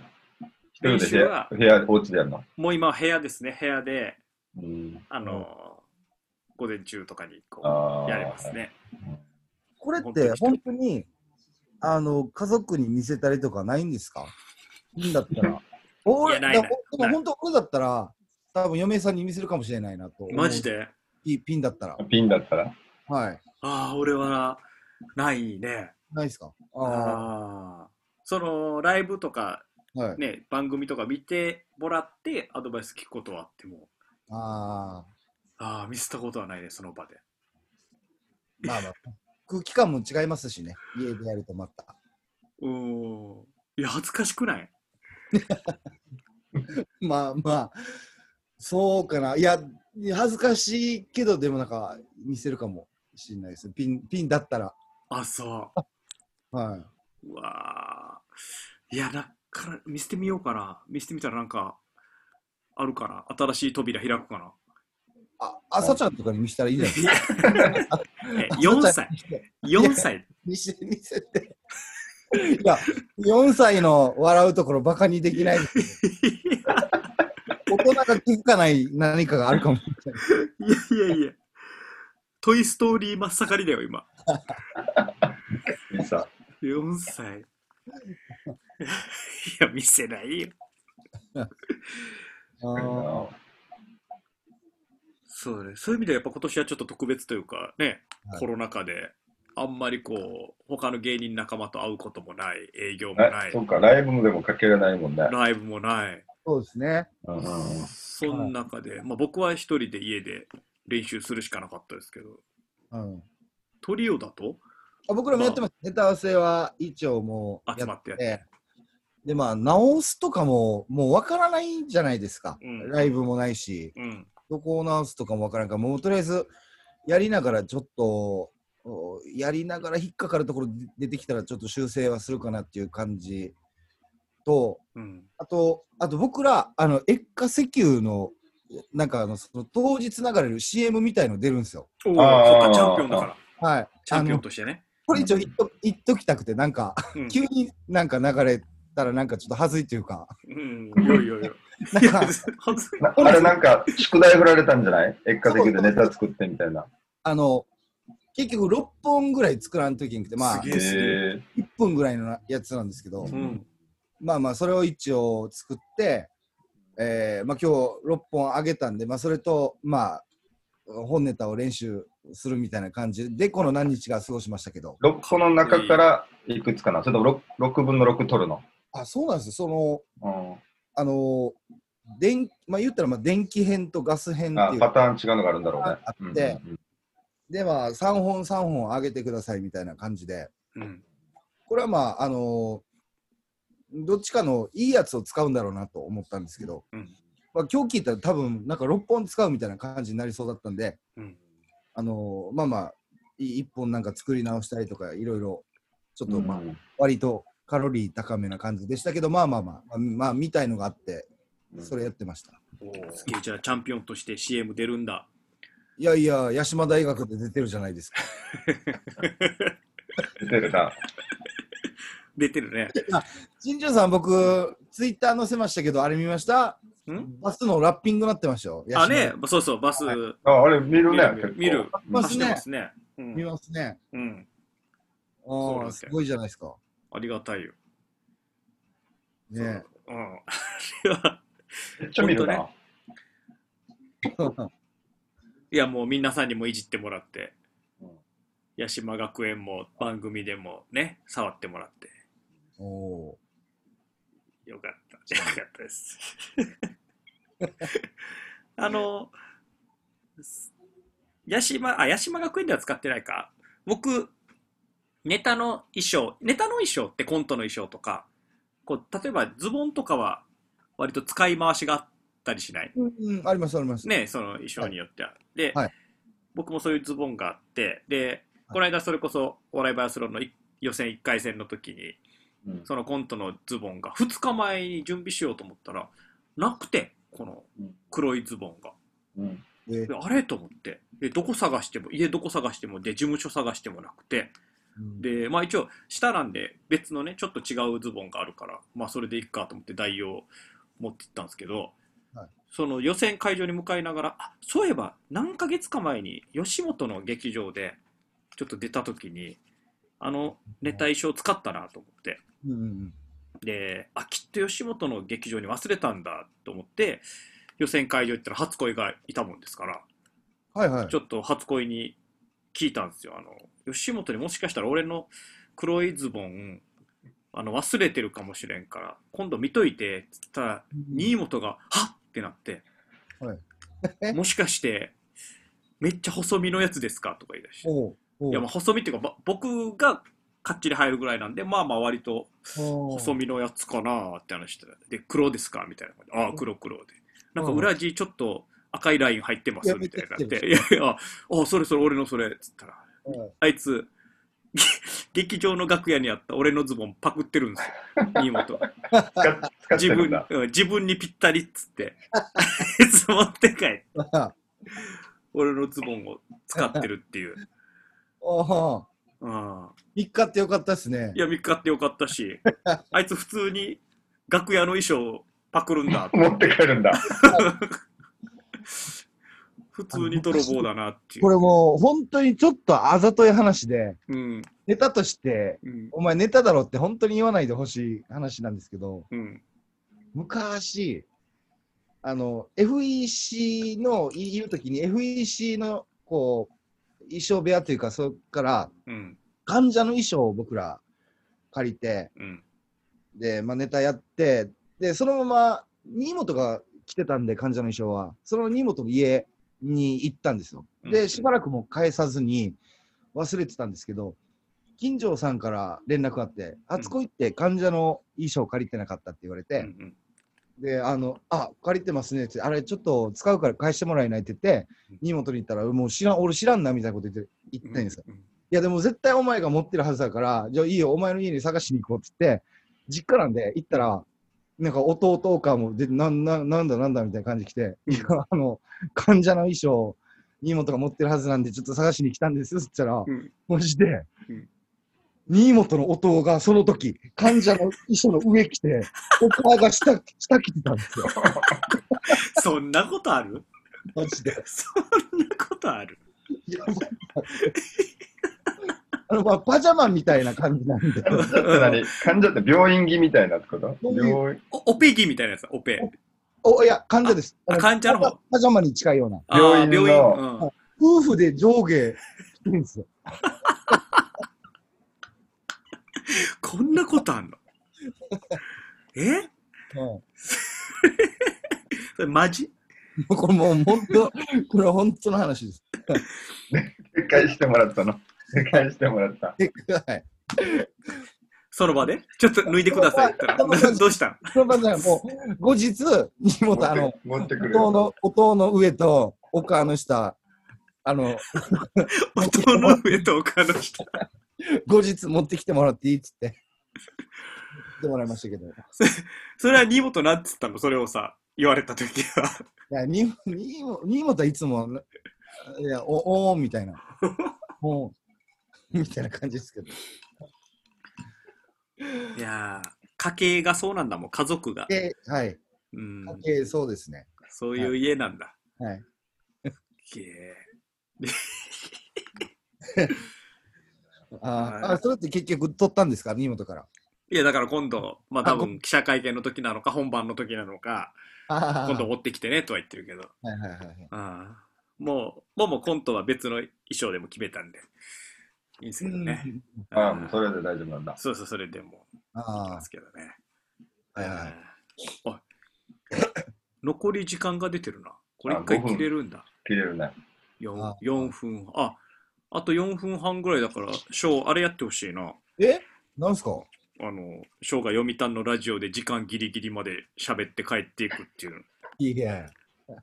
Speaker 3: 一
Speaker 2: 練
Speaker 3: 人で
Speaker 2: 習
Speaker 3: 部屋
Speaker 2: は、
Speaker 3: 部屋、お家でやるの、
Speaker 2: もう今は部屋ですね、部屋で、
Speaker 3: うん、
Speaker 2: あのー午前中とかにこう
Speaker 3: あー
Speaker 2: やりますね。
Speaker 1: これって本当に、あの、家族に見せたりとかないんですかいいんだったら。
Speaker 2: (laughs) い
Speaker 1: 俺
Speaker 2: や
Speaker 1: だ
Speaker 2: な
Speaker 1: か
Speaker 2: い
Speaker 1: ら
Speaker 2: ない
Speaker 1: でも本当俺だったら、多分嫁さんに見せるかもしれないなと。
Speaker 2: マジで
Speaker 1: ピピンだったら。
Speaker 3: ピンだったら。
Speaker 1: はい。
Speaker 2: ああ、俺はないね。
Speaker 1: ないですかあ
Speaker 2: ああ。そのライブとか
Speaker 1: あ。はい。
Speaker 2: ね、番組とか見てもらってアドバイス聞くことはあっても、
Speaker 1: あ
Speaker 2: ああ、見せたことはないね、その場で。
Speaker 1: あ。まあまあ。空気感も違いますしね。家でやるとまた。
Speaker 2: うーん。いや、恥ずかしくない
Speaker 1: まあまあ、そうかな。いや、恥ずかしいけど、でもなんか、見せるかもしれないです。ピン、ピンだったら。
Speaker 2: あ、そ
Speaker 1: は
Speaker 2: う。うわあ。いや、だから、見せてみようかな。見せてみたらなんか、あるかな。新しい扉開くかな。
Speaker 1: い。あ、朝ちゃんとかに見せたらいいじゃないですか。
Speaker 2: え、4歳。4歳。
Speaker 1: (laughs) 見せて、見せて。いや、4歳の笑うところ、バカにでき (laughs) ない。大人が気づかない何かがあるかもしれない。
Speaker 2: いやいやいや。トイ・ストーリー真っ盛りだよ、今。
Speaker 3: いいさ。
Speaker 2: 4歳。い (laughs) や、見せないよ。
Speaker 1: あ
Speaker 2: そうね、そういう意味ではやっぱ今年はちょっと特別というかね、
Speaker 1: はい
Speaker 2: コロナ禍であんまりこう他の芸人仲間と会うこともない営業もな
Speaker 3: あ
Speaker 2: い
Speaker 3: そっか、ライブもでもかけれないもんね。
Speaker 2: ライブもない
Speaker 1: そうですね。
Speaker 3: うんうんうん
Speaker 2: その中で、まあ、僕は一人で家で練習するしかなかったですけど
Speaker 1: うん。
Speaker 2: トリオだと
Speaker 1: あ僕らもやってます。ネタ合わせは一応もう
Speaker 2: 集まってやって
Speaker 1: で、まあ、直すとかも、もうわからないじゃないですか。
Speaker 2: うん
Speaker 1: ライブもないし、
Speaker 2: うん
Speaker 1: どこを直すとかもわからんから、もうとりあえず、やりながらちょっと、おやりながら引っかかるところ出てきたら、ちょっと修正はするかなっていう感じと、
Speaker 2: うん
Speaker 1: あと、あと僕ら、あの、液化石油の、なんかあの、その当日流れる CM みたいの出るんですよ。
Speaker 2: おおそっ
Speaker 3: あー
Speaker 2: かチャンピオンだから
Speaker 1: はい。
Speaker 2: チャンピオ
Speaker 1: あ
Speaker 2: ン
Speaker 1: の
Speaker 2: としてね、
Speaker 1: これ一応言っと言っときたくて、なんか、 (laughs)
Speaker 2: うん
Speaker 1: 急になんか流れたらなんかちょっと恥ずいっていうか、
Speaker 2: うん、いやいやいや
Speaker 1: なん
Speaker 2: いや
Speaker 1: か、
Speaker 2: 恥ずい
Speaker 3: なあれなんか、宿題振られたんじゃない結果的でネタ作ってみたいな。
Speaker 1: あの、結局6本ぐらい作らんといけんくて、まあ
Speaker 2: す、
Speaker 3: へ
Speaker 2: げえ
Speaker 3: え
Speaker 1: 1分ぐらいのやつなんですけど、
Speaker 2: うん
Speaker 1: まあまあ、それを一応作って、えー、まあ今日6本あげたんで、まあそれと、まあ、本ネタを練習するみたいな感じで、この何日か過ごしましたけど、
Speaker 3: 6個の中からいくつかなそれとも 6, 6分の6取るの。
Speaker 1: あ、そうなんですよ、その、
Speaker 3: う
Speaker 1: あの、電まあ言ったらまあ電気編とガス編
Speaker 3: ん、
Speaker 1: っ
Speaker 3: あ
Speaker 1: ていう
Speaker 3: パターン違うのがあるんだろうね。
Speaker 1: あ
Speaker 3: うん
Speaker 1: ってでまあ3本3本あげてくださいみたいな感じで
Speaker 2: うん
Speaker 1: これはまああのーどっちかのいいやつを使うんだろうなと思ったんですけど、
Speaker 2: うん
Speaker 1: まあ、今日聞いたら多分なんか6本使うみたいな感じになりそうだったんで、
Speaker 2: うん
Speaker 1: あのーまあまあ1本なんか作り直したりとかいろいろちょっ
Speaker 3: うんう
Speaker 1: と
Speaker 3: ん
Speaker 1: まあ割とカロリー高めな感じでしたけどまあまあまあまあ、まあ、みたいのがあって
Speaker 3: うん
Speaker 1: それやってました、
Speaker 2: おーすげえじゃあチャンピオンとして CM 出るんだ
Speaker 1: いやいや八島大学で出てるじゃないですか
Speaker 3: 出てるな。
Speaker 2: 出てるね
Speaker 1: 新庄さん僕ツイッター載せましたけどあれ見ました
Speaker 2: ん
Speaker 1: バスのラッピングなってましたよ。
Speaker 2: あね、そうそう、バス、
Speaker 3: ああれ見る
Speaker 2: 見
Speaker 3: ね
Speaker 2: る、
Speaker 3: 結構。
Speaker 2: 見る
Speaker 3: うん
Speaker 1: ま
Speaker 2: 走
Speaker 1: す
Speaker 2: っ
Speaker 1: ね
Speaker 2: てますね。う
Speaker 1: ヤシの見
Speaker 2: ん、
Speaker 1: ますね。
Speaker 2: うん、
Speaker 1: あ
Speaker 2: そうなん
Speaker 1: ー
Speaker 2: です
Speaker 1: す
Speaker 2: よ
Speaker 1: ごいじゃないですか。
Speaker 2: ありがたいよ。
Speaker 1: ね
Speaker 2: うん、あ (laughs) れは
Speaker 3: めっちゃ見る
Speaker 2: ほん
Speaker 3: な。
Speaker 2: いや、もう皆さんにもいじってもらって
Speaker 3: うん、
Speaker 2: 八島学園も番組でもね、触ってもらって、
Speaker 1: お (laughs) お
Speaker 2: よかった、よかったです。 (laughs) あの、八島、あ、八島学園では使ってないか。僕、ネタの衣装、ネタの衣装ってコントの衣装とか、こう、例えばズボンとかは割と使い回しがあったりしない
Speaker 1: ー。うん、ありますあります。
Speaker 2: ね、その衣装によっては。で、
Speaker 1: はい
Speaker 2: 僕もそういうズボンがあって、で、この間それこそお笑いバイアスロンのい予選1回戦の時に、
Speaker 3: うん
Speaker 2: そのコントのズボンが2日前に準備しようと思ったら、なくて、この黒いズボンが。
Speaker 3: うん。
Speaker 1: え
Speaker 2: であれと思ってでどこ探しても家どこ探してもで事務所探してもなくてでまあ一応下なんで別のねちょっと違うズボンがあるからまあそれでいっかと思って代用持って行ったんですけど、
Speaker 1: はい
Speaker 2: その予選会場に向かいながらあそういえば何ヶ月か前に吉本の劇場でちょっと出た時にあのネタ衣装使ったなと思って
Speaker 1: うんうん
Speaker 2: で、あ、きっと吉本の劇場に忘れたんだと思って、予選会場行ったら初恋がいたもんですから、
Speaker 1: はいはい。
Speaker 2: ちょっと初恋に聞いたんですよ。あの、吉本にもしかしたら俺の黒いズボン、あの、忘れてるかもしれんから、今度見といて、つったら、新本が、はっってなって、 (laughs)
Speaker 1: え
Speaker 2: もしかして、めっちゃ細身のやつですかとか言い出して。
Speaker 1: おうおう
Speaker 2: いや、まあ細身っていうか、ば僕がかっちり入るぐらいなんで、まあまあ割と細身のやつかなって話してたで黒ですかみたいな感じでああ黒黒でなんか
Speaker 1: うん
Speaker 2: 裏地ちょっと赤いライン入ってますみたいになっ
Speaker 1: いや
Speaker 2: て「いやいやああそれそれ俺のそれ」っつったら
Speaker 1: うん
Speaker 2: あいつ (laughs) げ劇場の楽屋にあった俺のズボンパクってるんですよ新本
Speaker 3: 使っ使っ
Speaker 2: 自
Speaker 3: てるん
Speaker 2: 分
Speaker 3: だ。
Speaker 2: うん自分にぴったりっつってあいつ持って帰って
Speaker 1: あ
Speaker 2: 俺のズボンを使ってるっていう、
Speaker 1: ああ、
Speaker 2: うん、
Speaker 1: 3日ってよかったですね
Speaker 2: い。や見日ってよかったしあいつ普通に楽屋の衣装をパクるんだって
Speaker 3: (laughs) 持って帰るんだ。
Speaker 2: 普通に泥棒だなっていう
Speaker 1: こ。れもう本当にちょっとあざとい話で、
Speaker 2: うん、
Speaker 1: ネタとして、
Speaker 2: うん、
Speaker 1: お前ネタだろって本当に言わないでほしい話なんですけど、
Speaker 2: うん、
Speaker 1: 昔、あの、FEC の、いるときに FEC の、こう、衣装部屋というか、そっから、
Speaker 2: うん、
Speaker 1: 患者の衣装を僕ら借りて、
Speaker 2: うん、
Speaker 1: で、まあ、ネタやって、で、そのまま、新本が来てたんで、患者の衣装は、その新本の家に行ったんですよ。
Speaker 2: う
Speaker 1: で、
Speaker 2: ん
Speaker 1: しばらくも返さずに忘れてたんですけど、金城さんから連絡あって、あつこ行って患者の衣装借りてなかったって言われ
Speaker 2: う
Speaker 1: て、
Speaker 2: ん、
Speaker 1: で、あの、あ、借りてますねって、あれちょっと使うから返してもらえないって言って
Speaker 2: うん、
Speaker 1: 新本に行ったら、もう知らん、俺知らんなみたいなこと言って、言って
Speaker 2: うん
Speaker 1: ですよ。
Speaker 2: うん
Speaker 1: いや、でも絶対お前が持ってるはずだから、じゃあいいよ、お前の家に探しに行こうって言って、実家なんで行ったら、なんか弟かもでなんな、なんだなんだみたいな感じで来て、いや、あの、患者の衣装、新本が持ってるはずなんで、ちょっと探しに来たんですよって言ったら、
Speaker 2: うん、
Speaker 1: マジで
Speaker 2: うん、
Speaker 1: 新本の弟がその時、患者の衣装の上着て、お母が下、下着てたんですよ。
Speaker 2: そんなことある
Speaker 1: マジ
Speaker 2: (laughs)
Speaker 1: で。
Speaker 2: そんなことある
Speaker 1: やばいあの、まあ、パジャマみたいな感じなんで。
Speaker 3: 患者って何患者って病院着みたいなってこと
Speaker 1: 病院
Speaker 3: 病院
Speaker 2: おオペギみたいなやつ、オペ。
Speaker 1: お、いや、患者です。
Speaker 2: あ患者の方
Speaker 1: パパジャマに近いような。
Speaker 2: あー
Speaker 3: 病院の
Speaker 2: 病院
Speaker 1: 夫婦で上下着てるんですよ。
Speaker 2: うん。こんなことあ
Speaker 1: (laughs)
Speaker 2: んのえ
Speaker 1: う
Speaker 2: それマジ
Speaker 1: ん、これもう本当、これは本当の話です。
Speaker 3: 撤回してもらったの。撤回してもらった。
Speaker 1: はい。
Speaker 2: その場でちょっと脱いでくださいって言ったら、どうしたん
Speaker 1: その場合はもう、後日、荷
Speaker 3: 持っ
Speaker 1: 物、あの
Speaker 3: て、持ってくる
Speaker 1: 弟
Speaker 3: よ。
Speaker 1: の、弟の上と、お母の下、あの、
Speaker 2: 音の上と丘の下。
Speaker 1: 後日持ってきてもらっていいっつって。言ってもらいましたけど。い
Speaker 2: それは荷物なんつったのそれをさ、言われた時
Speaker 1: (laughs)
Speaker 2: は。
Speaker 1: や、に、に、荷物はいつも、いや、お、おーんみたいな。もう、みたいな感じですけど。
Speaker 2: いやー、家計がそうなんだもん、家族が。
Speaker 1: で、はい。
Speaker 2: うん、
Speaker 1: えーそうですね。
Speaker 2: そういう家なんだ。
Speaker 1: はい。
Speaker 2: へえ
Speaker 1: あ
Speaker 2: はい
Speaker 1: ーあ、それって結局取ったんですか、荷本から。
Speaker 2: いや、だから今度、まあ
Speaker 1: あ
Speaker 2: 多分記者会見の時なのか、本番の時なのか、
Speaker 1: あー
Speaker 2: 今度持ってきてねとは言ってるけど、
Speaker 1: はいはいはいはい。
Speaker 2: うんもう、もうもうコントは別の衣装でも決めたんで、いいんですけどね。
Speaker 3: ああ、
Speaker 2: うん
Speaker 3: もうそれで大丈夫なんだ。
Speaker 2: そうそう、それでもう、い
Speaker 1: あ
Speaker 2: ますけどね。
Speaker 1: あ、はいはい。
Speaker 2: うんおい (coughs) 残り時間が出てるな。これ
Speaker 3: あ
Speaker 2: 一回
Speaker 3: 五分
Speaker 2: 切れるんだ。
Speaker 3: 切れるね。
Speaker 2: 4,
Speaker 1: あ
Speaker 2: 4分。あ、あと4分半ぐらいだから、ショー、あれやってほしいな。
Speaker 1: えなんすか
Speaker 2: あの、ショーが読谷のラジオで時間ギリギリまで喋って帰っていくっていうの。
Speaker 1: いや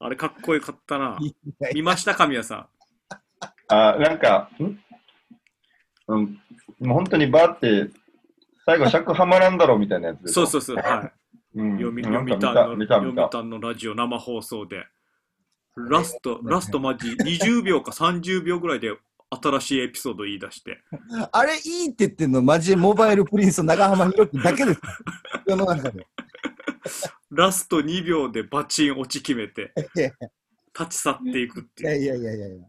Speaker 2: あれかっこよかったな。
Speaker 1: いや
Speaker 2: 見ました、神谷さ
Speaker 3: ああ、なんか、んうん。もう本当にバーって、最後尺はまらんだろうみたいなやつ
Speaker 2: ん。そう
Speaker 3: う。
Speaker 2: そうそう。は
Speaker 3: うん、
Speaker 2: 読み
Speaker 3: な
Speaker 2: 読
Speaker 3: んか
Speaker 2: 谷
Speaker 3: 見た、
Speaker 2: の読
Speaker 3: 見た、見た。
Speaker 2: 谷のラジオ生放送で、ラスト、ラストマジ20秒か30秒ぐらいで新しいエピソード言い出して、
Speaker 1: あれいいって言ってんの、マジでモバイルプリンスの長浜宏樹だけです。
Speaker 2: (laughs)
Speaker 1: 世の中で。
Speaker 2: ラスト2秒でバチン落ち決めて、立ち去っていくっ
Speaker 1: い
Speaker 2: て
Speaker 1: や
Speaker 2: いう。
Speaker 1: いやいやいやい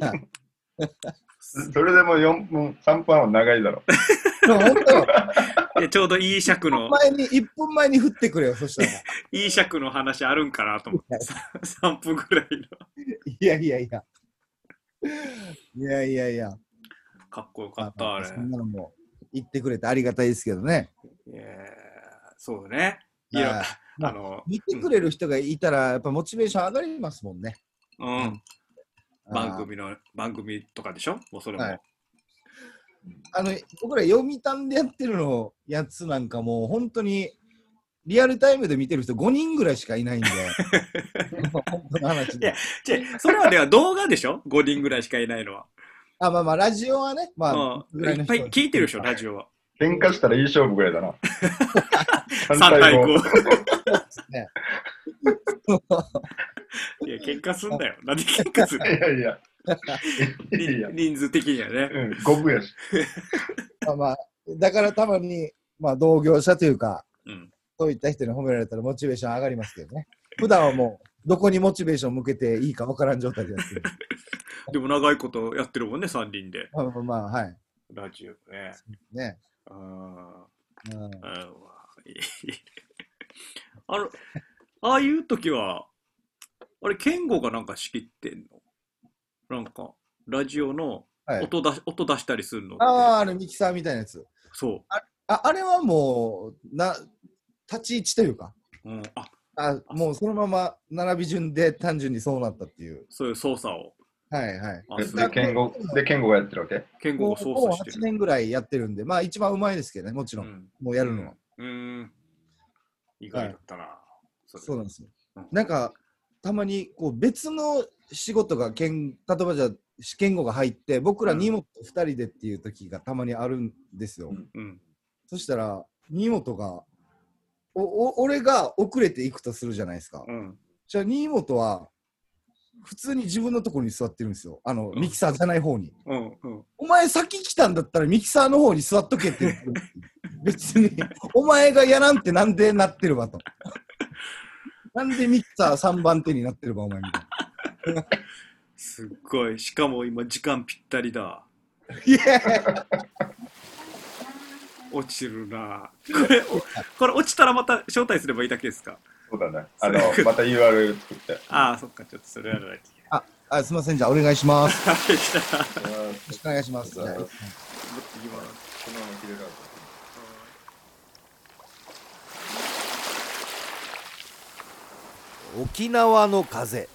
Speaker 1: や。
Speaker 3: それでも4分、3分は長いだろ。
Speaker 1: でも本当よ
Speaker 2: いやちょうどいい尺の、
Speaker 1: 前に、1分前に振ってくれよ、そ
Speaker 2: (laughs)
Speaker 1: したら。
Speaker 2: いい尺の話あるんかなと思って、3分ぐらいの。
Speaker 1: いやいやいや。いやいやいや。
Speaker 2: かっこよかった、あれ
Speaker 1: そ。んなのも言ってくれてありがたいですけどね。
Speaker 2: いやーそうね。いや
Speaker 1: はい、
Speaker 2: あの、
Speaker 1: 見てくれる人がいたら、やっぱモチベーション上がりますもんね。
Speaker 2: うん、番
Speaker 1: あー。
Speaker 2: 組の、番組とかでしょもうそれも。
Speaker 1: はいあの、僕ら読谷でやってるのやつなんかもう本当にリアルタイムで見てる人5人ぐらいしかいないん
Speaker 2: (laughs)
Speaker 1: で。本当の話
Speaker 2: いや
Speaker 1: で。
Speaker 2: 違うそれはでは動画でしょ ?5 人ぐらいしかいないのは。
Speaker 1: あ、まあまあ、ラジオはね、まあ、
Speaker 2: うん、いっぱい聞いてるでしょ、ラ
Speaker 1: ジ
Speaker 2: ジオは。
Speaker 3: 喧嘩したらいい勝負ぐらいだ (laughs) な。
Speaker 2: 3
Speaker 3: 3
Speaker 2: 対
Speaker 3: 対5。
Speaker 2: 5。
Speaker 1: オ。
Speaker 2: (laughs) いや、喧嘩すんだよ。なんで喧嘩すんの
Speaker 3: いやいや。 (laughs) いやいや
Speaker 2: 人。人数的にはね。
Speaker 3: うん、五分やし。
Speaker 1: まあまあ、だからたまに、まあ、同業者というか、
Speaker 2: うん。
Speaker 1: そういった人に褒められたらモチベーション上がりますけどね。普段はもう、どこにモチベーション向けていいかわからん状態でやってる。
Speaker 2: でも長いことやってるもんね、3人で。
Speaker 1: まあまあまあ、はい。
Speaker 2: ラジオね。
Speaker 1: ね。
Speaker 2: あ
Speaker 1: う
Speaker 2: ー
Speaker 1: ん、
Speaker 2: あーうわいいあの、ああいう時は、あれ、健吾がなんか仕切ってんのなんか、ラジオの
Speaker 1: はい。
Speaker 2: 音出し音出したりするのって
Speaker 1: ああ、あのミキサーみたいなやつ。
Speaker 2: そ
Speaker 1: ああれはもう、な、立ち位置というか、
Speaker 2: う。うん、あ、
Speaker 1: あもうそのまま並び順で単純にそうなったっていう。そう
Speaker 2: そういう操作を。
Speaker 1: はいはい。
Speaker 2: あ
Speaker 3: で
Speaker 2: す
Speaker 1: なん
Speaker 2: ご
Speaker 1: か
Speaker 2: い
Speaker 3: で、健吾、で、健吾がやってるわけ。
Speaker 2: 健吾
Speaker 1: も
Speaker 2: が
Speaker 1: う
Speaker 2: 操
Speaker 1: もう
Speaker 2: 作して
Speaker 1: 8
Speaker 2: る。
Speaker 1: 年ぐらいやってるんで、まあ一番うまいですけどね、もちろん。
Speaker 2: ん
Speaker 1: もうやるのは。
Speaker 2: うん。うん意外だったな。それ
Speaker 1: そうなんですよ。
Speaker 2: うん
Speaker 1: なんか、たまにこう別の仕事がけん、例えばじゃあ試験後が入って、僕ら
Speaker 2: うん
Speaker 1: 荷物2人でっていう時がたまにあるんですよ。
Speaker 3: うん
Speaker 2: うん。
Speaker 1: そしたら、荷本が、おお俺が遅れていくとするじゃないですか
Speaker 2: う。ん。
Speaker 1: じゃあ、新本は、普通に自分のところに座ってるんですよ。あの、
Speaker 2: うん
Speaker 1: ミキサーじゃない方に。
Speaker 2: うん。うん。
Speaker 1: お前先来たんだったらミキサーの方に座っとけって言ってる。別に、お前がやらんってなんでなってるわと。なんでミキサー3番手になってるわ、お前みたい
Speaker 2: すっごい。しかも今、時間ぴったりだ。
Speaker 1: な。いやいや
Speaker 2: 落ちるな。これ、おこれ落ちたらまた招待すればいいだけですか
Speaker 3: そうだね。あの、また URL 作って。
Speaker 2: ああ、そっか。ちょっとそれやらないといけ
Speaker 1: あ、すいません、じゃあお願いします。よ
Speaker 2: ない。はいじゃあもっ
Speaker 1: ろしくお願いします。
Speaker 3: ありがとうございま
Speaker 1: は
Speaker 2: と言います
Speaker 4: 沖縄の風